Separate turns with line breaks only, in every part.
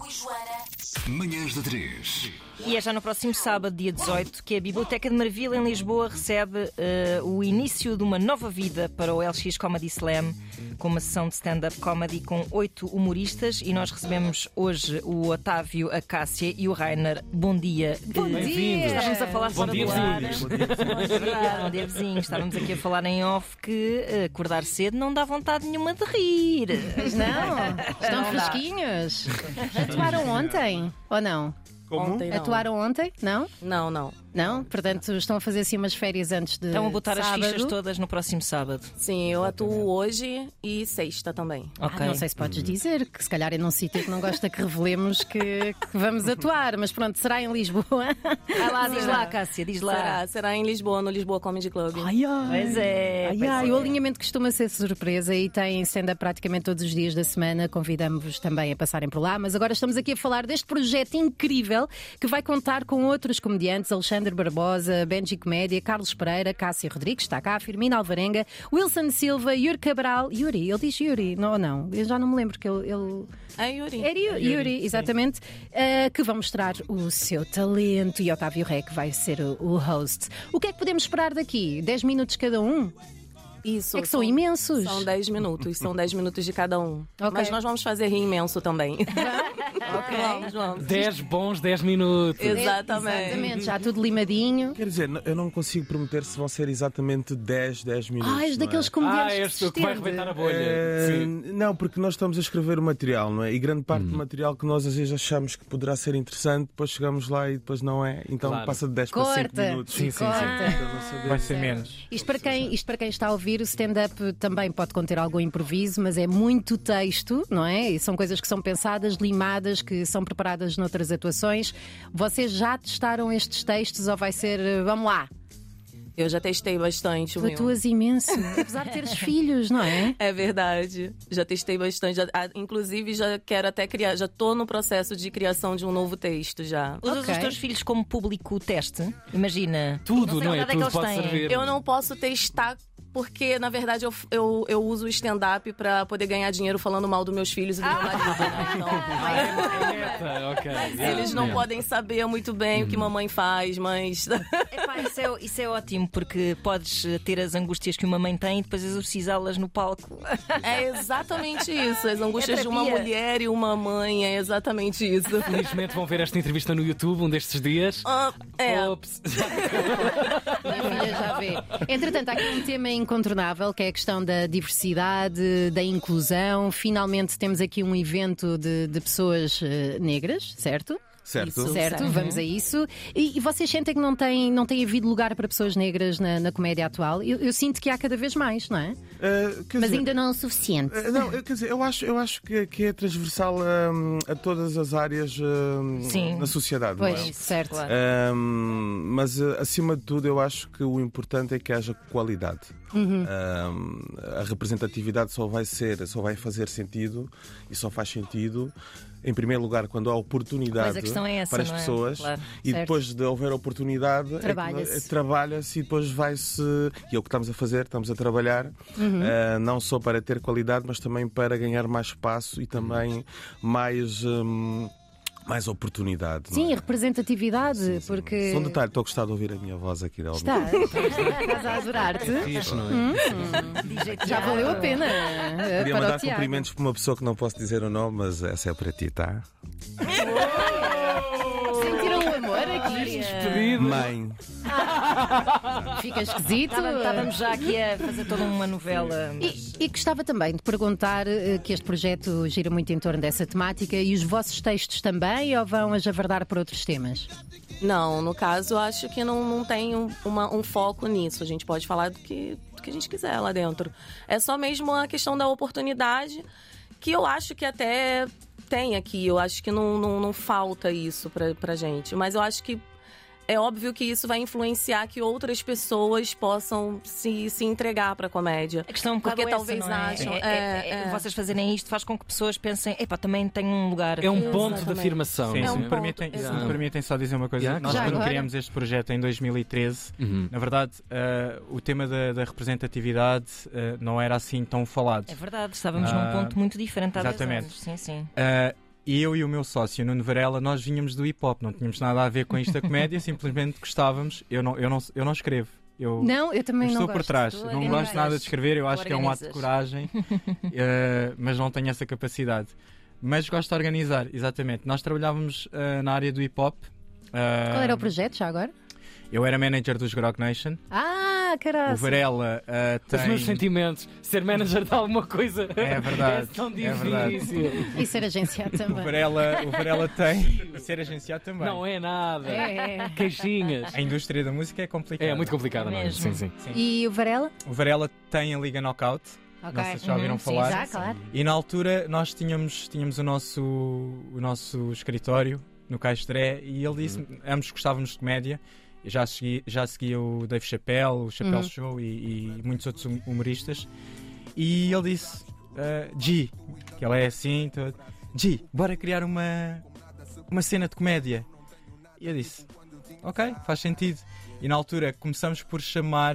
Joana,
Manhãs da 3.
E é já no próximo sábado, dia 18, que a Biblioteca de Marvila, em Lisboa, recebe eh, o início de uma nova vida para o LX Comedy Slam, com uma sessão de stand-up comedy com oito humoristas. E nós recebemos hoje o Otávio, a Cássia e o Rainer. Bom dia. Bom
Bem-vindos.
Estávamos a falar
Bom
fora
dia,
do ar.
vizinhos.
Obrigada, Bom dia, vizinhos. Estávamos aqui a falar em off que eh, acordar cedo não dá vontade nenhuma de rir.
Mas não, estão fresquinhos. Atuaram ontem ou não?
Como?
Ontem não.
Atuaram ontem? Não?
É Não, não.
Não? Portanto, estão a fazer assim umas férias antes de.
Estão a Então, botar
sábado.
as fichas todas no próximo sábado.
Sim, eu atuo hoje e sexta também.
Ok.
Ah, Não sei se podes dizer, que se calhar é num sítio que não gosta que revelemos que, que vamos atuar, mas pronto, será em Lisboa.
Vai lá, diz lá, Cássia, diz lá.
Será, será em Lisboa, no Lisboa Comedy Club.
Ai, ai.
Pois é.
Ai,
pois
ai,
é.
o alinhamento costuma ser surpresa e tem senda praticamente todos os dias da semana. Convidamos-vos também a passarem por lá. Mas agora estamos aqui a falar deste projeto incrível que vai contar com outros comediantes: Alexandre Barbosa, Benji Comédia, Carlos Pereira, Cássio Rodrigues, está cá, Firmina Alvarenga, Wilson Silva, Yuri Cabral. Yuri, ele diz Yuri, não ou não? Eu já não me lembro que ele. ele...
É, Yuri.
Era Yuri, Yuri, exatamente, eh, que vão mostrar o seu talento e Otávio Ré, que vai ser o, o host. O que é que podemos esperar daqui? 10 minutos cada um?
Isso.
É que são imensos.
São 10 minutos, são 10 minutos de cada um.
Ok.
Mas nós vamos fazer rir imenso também. Vamos, vamos.
10 bons 10 minutos.
Exatamente.
É, Exatamente, já tudo limadinho.
Quer dizer, n- eu não consigo prometer se vão ser exatamente 10, 10 minutos.
Ah, és
não é?
daqueles
Ah,
comediantes que
és
se
tu que vai
estende.
arrebentar a bolha.
Eh,
Sim. Hum.
não, porque nós estamos a escrever o material, não é? E grande parte do material que nós às vezes achamos que poderá ser interessante, depois chegamos lá e depois não é. Então
Claro.
passa de 10 para 5
Corta,
minutos.
Sim, sim, sim.
corta.
Então, não saber-
Vai ser menos.
Isto para, quem, isto para quem está a ouvir, o stand-up também pode conter algum improviso, mas é muito texto, não é? E são coisas que são pensadas, limadas, que são preparadas noutras atuações. Vocês já testaram estes textos ou vai ser, eh, vamos lá,
Eu já testei bastante o meu.
atuas imenso, apesar de teres filhos, não é?
É verdade. Já testei bastante. já- ah, inclusive, já quero até criar. Já tô no processo de criação de um novo texto já.
Usas
Ok.
os teus filhos como público teste? Imagina.
Tudo,
sei
não é?
que idade
Tudo
que eles
pode
têm.
servir.
Eu não posso testar porque, na verdade, eu, eu, eu uso o stand-up pra poder ganhar dinheiro falando mal dos meus filhos e do meu marido. né? Então,
Meta, É, tá, ok.
eles não podem saber muito bem o que mamãe faz, mas.
Epá, isso, é, isso é ótimo, porque podes eh, ter as angústias que uma mãem tem e depois exorcizá-las no palco.
Ah,
é exatamente isso. As angústias
É
de uma
terapia.
mulher e uma mãe, é exatamente isso.
Felizmente vão ver esta entrevista no YouTube um destes dias.
Ah, é.
Ops.
Minha filha já vê. Entretanto, há aqui um tema incontornável que é a questão da diversidade, da inclusão. Finalmente temos aqui um evento de, de pessoas eh, negras, certo?
Certo.
Isso.
Certo,
Certo.
vamos a isso. E, e vocês sentem que não tem, não tem havido lugar para pessoas negras na, na comédia atual? Eu, eu sinto que há cada vez mais, não é?
Eh, quer
Mas
dizer,
ainda não é o suficiente.
eh, Não, eu, quer dizer, eu acho, eu acho que, que é transversal hum, a todas as áreas hum,
Sim.
na sociedade. não é?
Pois, certo.
Ahm, mas eh, acima de tudo, eu acho que o importante é que haja qualidade.
Uhum.
Ahm, a representatividade só vai ser, só vai fazer sentido e só faz sentido. Em primeiro lugar, quando há
Pois,
oportunidade
a questão é essa,
para as
não é?
pessoas
Claro.
e
Certo.
depois de houver oportunidade, é que
Trabalha-se.
nós- é, trabalha-se e depois vai-se. E é o que estamos a fazer, estamos a trabalhar,
Uhum.
ah, não só para ter qualidade, mas também para ganhar mais espaço e
Uhum.
também mais. hum, mais oportunidade. não
Sim,
é?
a representatividade, porque.
Só um detalhe, estou a gostar de ouvir a minha voz aqui. Está.
Está, estás a adorar-te. Hum?
Fiz, não é?
Já valeu a pena. eh,
Queria
para o
mandar
Tiago.
cumprimentos para uma pessoa que não posso dizer o nome, mas essa é para ti, tá?
Sentiram o amor aqui.
Pedido.
Mãe.
Fica esquisito.
Estávamos já aqui a fazer toda uma novela.
E, e gostava também de perguntar eh, que este projeto gira muito em torno dessa temática e os vossos textos também ou vão a javardar por outros temas?
Não, no caso, eu acho que não, não tem um, uma- um foco nisso. A gente pode falar do que, do que a gente quiser lá dentro. É só mesmo a questão da oportunidade, que eu acho que até tem aqui. Eu acho que não, não, não falta isso pra, pra gente. Mas eu acho que é óbvio que isso vai influenciar que outras pessoas possam se, se entregar pra comédia.
A questão é um bocado
Porque
essa,
talvez
não é?
acham.
É,
Ah,
é, é,
É, é.
Vocês fazerem isto faz com que pessoas pensem: epá, também tenho um lugar.
É um ponto de
Exatamente.
afirmação.
Sim,
É um
se, me
ponto,
permitem, se
exato.
me permitem só dizer uma coisa,
Yeah,
nós
Já
quando
agora?
criamos este projeto em 2013,
Uhum.
na verdade ah, o tema da, da representatividade ah, não era assim tão falado.
É verdade, estávamos num
Ah,
ponto muito diferente há 10
exatamente.
anos. Sim, sim.
Ah, E eu e o meu sócio, Nuno Varela, nós vínhamos do hip hop, não tínhamos nada a ver com isto da comédia, simplesmente gostávamos. Eu não, eu não, eu não escrevo. Eu,
Não, eu também
estou
não
por
gosto.
trás.
Tu
não
organizas.
gosto nada de escrever, eu acho que é um ato de
Organizas.
coragem, eh, mas não tenho essa capacidade. Mas gosto de organizar, exatamente. Nós trabalhávamos eh, na área do hip hop. eh,
Qual era o projeto já agora?
Eu era manager dos Grog Nation.
Ah, caralho.
O Varela eh, tem.
Os meus sentimentos. Ser manager de alguma coisa
É verdade,
é tão
é verdade.
difícil.
E ser agenciado
O
também.
Varela, o Varela tem. ser agenciado também.
Não é nada.
É, é.
Queixinhas.
A indústria da música é complicada.
É muito complicado,
É
não é?
mesmo.
Sim, sim.
E o Varela?
O Varela tem a Liga Knockout.
Ok.
Não sei se já ouviram
Uhum,
falar.
Sim, já, claro.
E na altura nós tínhamos, tínhamos o, nosso, o nosso escritório no Caixotré e ele disse ambos gostávamos de comédia. Eu já segui, já seguia o Dave Chappelle, o Chappelle
Uhum.
Show e, e muitos outros hum- humoristas. E ele disse: ah, G, que ele é assim, todo, G, bora criar uma, uma cena de comédia. E eu disse: Ok, faz sentido. E na altura começamos por chamar,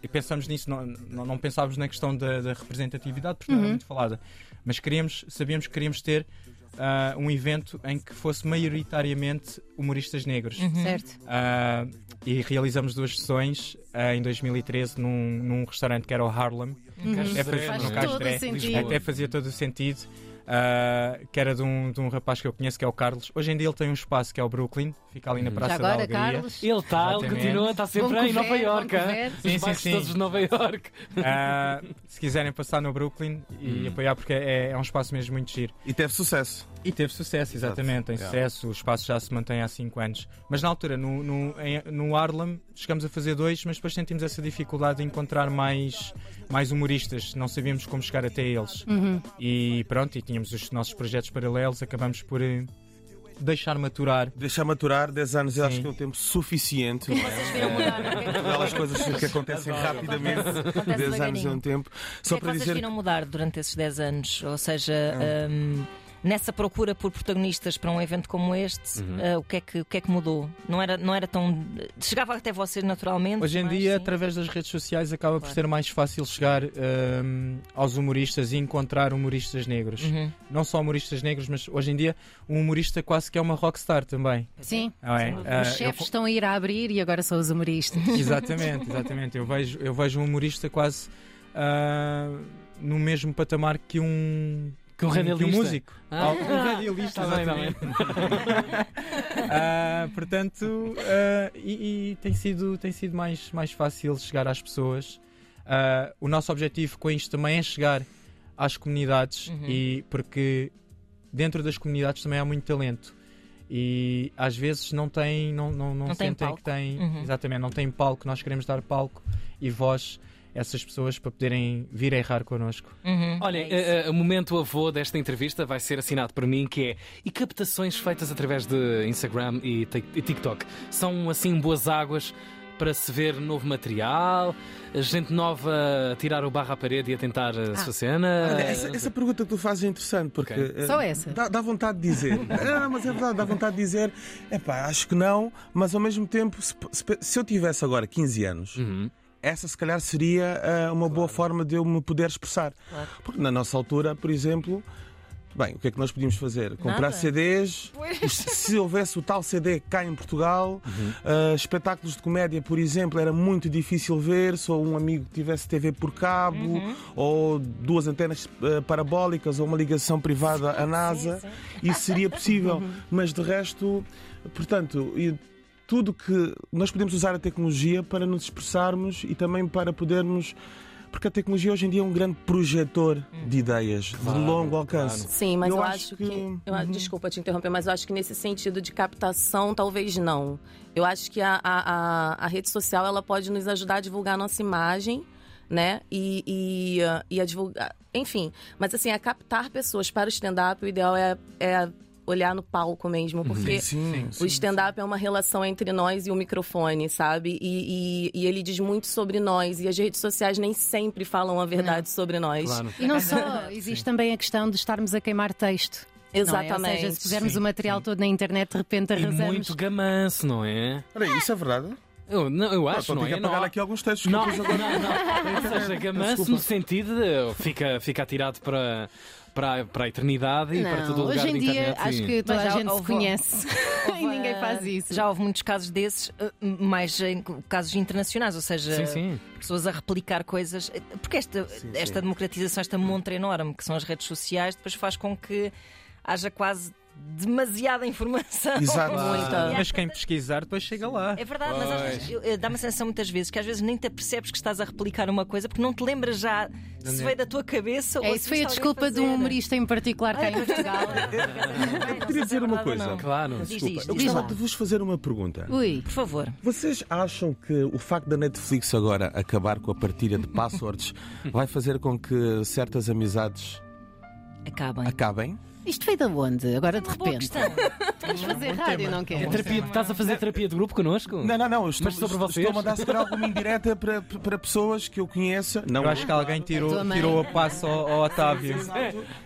e pensamos nisso, não, não, não pensávamos na questão da, da representatividade, porque não era muito falada, mas queríamos, sabíamos que queríamos ter ah, um evento em que fosse maioritariamente humoristas negros.
Uhum.
Uhum.
Certo.
Ah, e realizamos duas sessões ah, em 2013 num, num restaurante que era o Harlem.
Uhum.
Até fazia,
Faz
no
todo
Castré,
sentido.
até fazia todo o sentido. ah, que era de um, de um rapaz que eu conheço, que é o Carlos. Hoje em dia ele tem um espaço que é o Brooklyn, fica ali na Praça
Uhum. Já
da
agora,
Alegria.
Carlos.
Ele está, ele
Exatamente.
continua, está sempre
Bom
em Nova
cover, bom
Iorque.
cover.
hein?
Sim,
Os
sim,
bairros
sim.
todos de Nova Iorque.
Ah, se quiserem passar no Brooklyn e apoiar, porque é, é um espaço mesmo muito giro.
E teve sucesso.
E teve sucesso, exatamente, tem
Yeah.
sucesso. O espaço já se mantém há 5 anos. Mas na altura, no, no, em- no Harlem, chegamos a fazer dois, mas depois sentimos essa dificuldade de encontrar mais, mais humoristas. Não sabíamos como chegar até eles. E pronto, e tínhamos os nossos projetos paralelos, acabamos por eh, deixar maturar.
Deixar maturar 10 anos, eu acho
Sim.
que é um tempo suficiente. não é?
Viram mudar, não é?
Aquelas coisas que acontecem rapidamente.
Acontece
10 anos é um
devagarinho.
tempo.
O que é
Só
que
para
vocês
dizer.
viram mudar durante esses 10 anos? Ou seja, hum, nessa procura por protagonistas para um evento como este, ah, o, que é que, o que é que mudou? Não era, não era tão. Chegava até vocês naturalmente.
Hoje em
mas,
dia,
sim.
através das redes sociais, acaba por
Claro.
ser mais fácil chegar hum, aos humoristas e encontrar humoristas negros.
Uhum.
Não só humoristas negros, mas hoje em dia, um humorista quase que é uma rockstar também.
Sim.
não é? Ah,
Os
eu
chefes estão a ir a abrir e agora são os humoristas.
co- Exatamente, exatamente. Eu vejo, eu vejo um humorista quase ah, no mesmo patamar que um.
Que um
que um
radialista.
músico.
Ah.
Um radialista,
Está bem, está bem.
exatamente. Ah, portanto, ah, e, e tem sido, tem sido mais, mais fácil chegar às pessoas. Ah, o nosso objetivo com isto também é chegar às comunidades e porque dentro das comunidades também há muito talento. E às vezes não tem, não, não, não,
Não tem
sentem
palco.
que têm,
Uhum.
exatamente, não tem palco, nós queremos dar palco e voz a essas pessoas para poderem vir a errar connosco.
Uhum.
Olha,
É isso.
eh, eh, o momento avô desta entrevista vai ser assinado por mim, que é e captações feitas através de Instagram e, Tik- e TikTok. São assim boas águas para se ver novo material, gente nova a tirar o barro à parede e a tentar eh, a sua cena.
Olha, essa, essa pergunta que tu fazes é interessante porque
É, Ok.
eh,
Só essa?
Dá, dá vontade de dizer. não, não, mas é verdade, dá vontade de dizer. É pá, acho que não, mas ao mesmo tempo, se, se- se eu tivesse agora 15 anos,
Uhum.
essa se calhar seria ah, uma boa forma de eu me poder expressar. Porque na nossa altura, por exemplo, bem, o que é que nós podíamos fazer? Comprar
Nada.
CDs, e se se houvesse o tal CD cá em Portugal, ah, espetáculos de comédia, por exemplo, era muito difícil ver, se um amigo tivesse TV por cabo, ou duas antenas ah, parabólicas, ou uma ligação privada à NASA, isso seria possível. Mas de resto, portanto, e tudo que nós podemos usar a tecnologia para nos expressarmos e também para podermos. Porque a tecnologia hoje em dia é um grande projetor de ideias de longo alcance.
Sim, mas
Eu
eu,
acho
acho
que- Uhum.
que. eu a- Desculpa te interromper, mas eu acho que nesse sentido de captação, talvez não. Eu acho que a, a, a, a rede social ela pode nos ajudar a divulgar a nossa imagem, né? E, e, ah, e a divulgar. Enfim, mas assim, a captar pessoas para o stand-up, o ideal é, é olhar no palco mesmo, porque.
Uhum. Sim,
O stand-up é uma relação entre nós e o microfone, sabe? E, e- e ele diz muito sobre nós. E as redes sociais nem sempre falam a
É.
verdade sobre nós.
Claro.
E não só, existe também a questão de estarmos a queimar texto. não é? Ou
Exatamente.
seja, se pusermos
Sim,
o material todo na internet, de repente
E
arrasamos.
muito gamanço, não é?
Olha, isso é verdade.
Eu, não, eu acho,
Então
não
tenho que
é? Não
apagar
há-
aqui alguns textos
Não,
que eu
não,
pus
não. Ou seja, gamanço no sentido de fica, fica atirado para, para, para a eternidade e para todo o
Não,
lugar
hoje em
de
dia
internet.
acho
e-
que toda
Mas
a
já
gente se
houve-
conhece e ninguém faz isso.
Já houve muitos casos desses, eh, mais em casos internacionais, ou seja,
Sim, sim.
pessoas a replicar coisas. Porque esta, esta democratização, esta montra enorme que são as redes sociais, depois faz com que haja quase demasiada informação.
Exato.
Muita.
Mas quem pesquisar depois chega lá.
É verdade, mas às
Pois.
vezes, eu- eh, dá-me a sensação muitas vezes que às vezes nem te apercebes que estás a replicar uma coisa porque não te lembras já se veio da tua cabeça
É,
ou
isso
se
foi
viste alguém
a desculpa de
fazer.
um humorista em particular cá em Portugal.
Eu
queria dizer uma coisa.
Claro.
Diz,
Desculpa,
diz,
eu
diz
gostava
lá.
de vos fazer uma pergunta.
Ui,
Por favor.
Vocês acham que o facto da Netflix agora acabar com a partilha de passwords vai fazer com que certas amizades
Acabem.
acabem?
isto é veio de onde? Agora de
Boa
repente. um
questão.
Vamos fazer rádio, não
É
queres?
terapia, estás a fazer terapia de grupo connosco?
Não, não, não. eu Estou,
Mas sobre
estou-
vocês?
estou a mandar se calhar alguma indireta para, para pessoas que eu conheça. Não,
Eu acho que alguém
tua
tirou,
mãe.
tirou a passa ao, ao Otávio.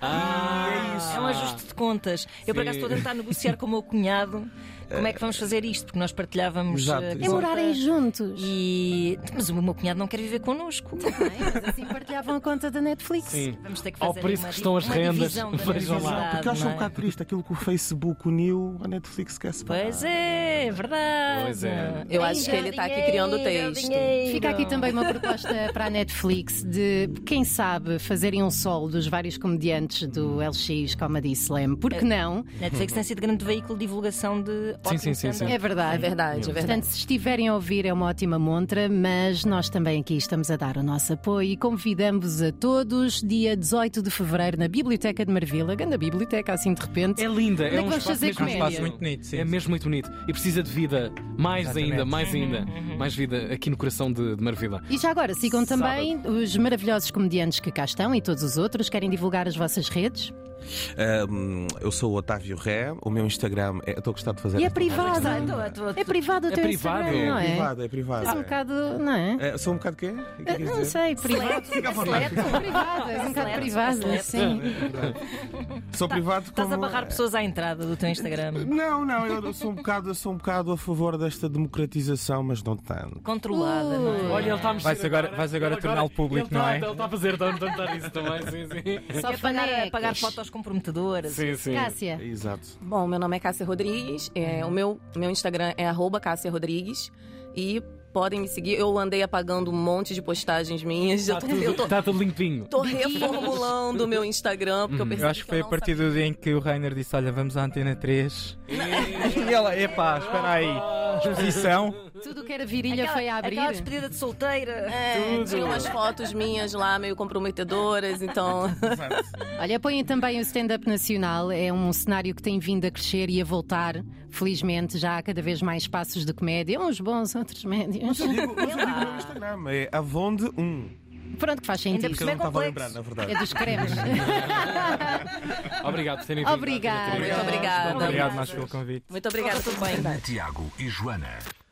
Ah,
É um ajuste de contas. Eu, por acaso, estou a tentar negociar com o meu cunhado como é que vamos fazer isto, porque nós partilhávamos.
Exato,
eh,
exato.
É morarem juntos.
E. Mas o meu cunhado não quer viver connosco.
Bem, mas assim partilhavam a conta da Netflix.
Sim.
Vamos ter que fazer
Ao preço
uma
que
di-
estão as
uma
rendas,
divisão da
vejam lá.
Porque eu acho
não
um
é?
bocado triste aquilo que o Facebook uniu, a Netflix esquece.
Pois é, é verdade.
Pois é.
Eu acho que ele está aqui criando o texto.
Fica aqui também uma proposta para a Netflix de, quem sabe, fazerem um solo dos vários comediantes do LX Comedy Slam. Por que não?
Netflix tem sido grande veículo de divulgação de. ótimo
sim, sim, sim.
É
stand-up.
verdade.
É verdade, é verdade.
Portanto, se estiverem a ouvir, é uma ótima montra, mas nós também aqui estamos a dar o nosso apoio e convidamos a todos, dia 18 de fevereiro, na Biblioteca de Marvila, grande biblioteca, assim de repente.
É linda,
Onde é
é um
que vamos
espaço
fazer
mesmo-
comédia?
um espaço
Muito bonito, sim,
É
sim.
mesmo muito bonito e precisa de vida, mais
Exatamente.
ainda,
Uhum,
mais ainda, mais vida aqui no coração de, de Marvila.
E já agora, sigam também os maravilhosos comediantes que cá estão e todos os outros. Querem divulgar as vossas redes?
Ahm, eu sou o Otávio Ré, o meu Instagram é. eu Estou a gostar de fazer.
E é
esta-
privado.
Estou- estou-
É privado o
É
teu
privado.
Instagram, não
É
é?
privado, é privado.
És um bocado, não é?
É, sou um bocado quê? O que é que quis
Não
dizer?
sei, privado. Privado, és um bocado privado, sim. Tá-
Sou privado como...
Estás a barrar pessoas à entrada do teu Instagram.
Não, não, eu sou um bocado, eu sou um bocado a favor desta democratização, mas não tanto.
Controlada,
Uh,
não é?
Olha, ele está a mexer.
Vais agora- vais agora
Ele
torná-lo público,
ele tá-
não é?
Ele está a fazer, está a tentar isso também, sim, sim.
Só
É pagar,
fanecas.
a pagar fotos comprometedoras.
Sim, sim.
Cássia,
Exato.
Bom, meu nome é Cássia Rodrigues. é,
Uhum.
o meu, meu Instagram é arroba Cássia Rodrigues. E podem me seguir. Eu andei apagando um monte de postagens minhas.
Está
Ah,
Eu tô, eu
tudo,
tô,
tá tudo limpinho.
tô reformulando o meu Instagram, porque eu percebi
Uhum. Eu acho que foi
eu
a
Então não
partir do dia em que o Rainer disse: Olha, vamos à antena 3. E ela, epá, espera aí. Exposição.
tudo o que era virilha
Aquela-
foi a
Aquela
abrir.
despedida de solteira.
É, tinha umas fotos minhas lá meio comprometedoras, então.
Olha, apoiem também o stand-up nacional. É um cenário que tem vindo a crescer e a voltar. Felizmente, já há cada vez mais espaços de comédia. Uns bons, outros médios.
Digo, mas eu digo no Instagram, é Avonde
é
1.
Pronto, que faz
Ainda
sentido.
Porque eu não
Isso é
estava a
complexo.
lembrar, na verdade.
É dos cremes.
Obrigado por terem vindo.
Obrigada.
Obrigado.
Muito obrigada.
Obrigado, nós pelo convite.
Muito obrigada, tudo bem.
Tiago e Joana.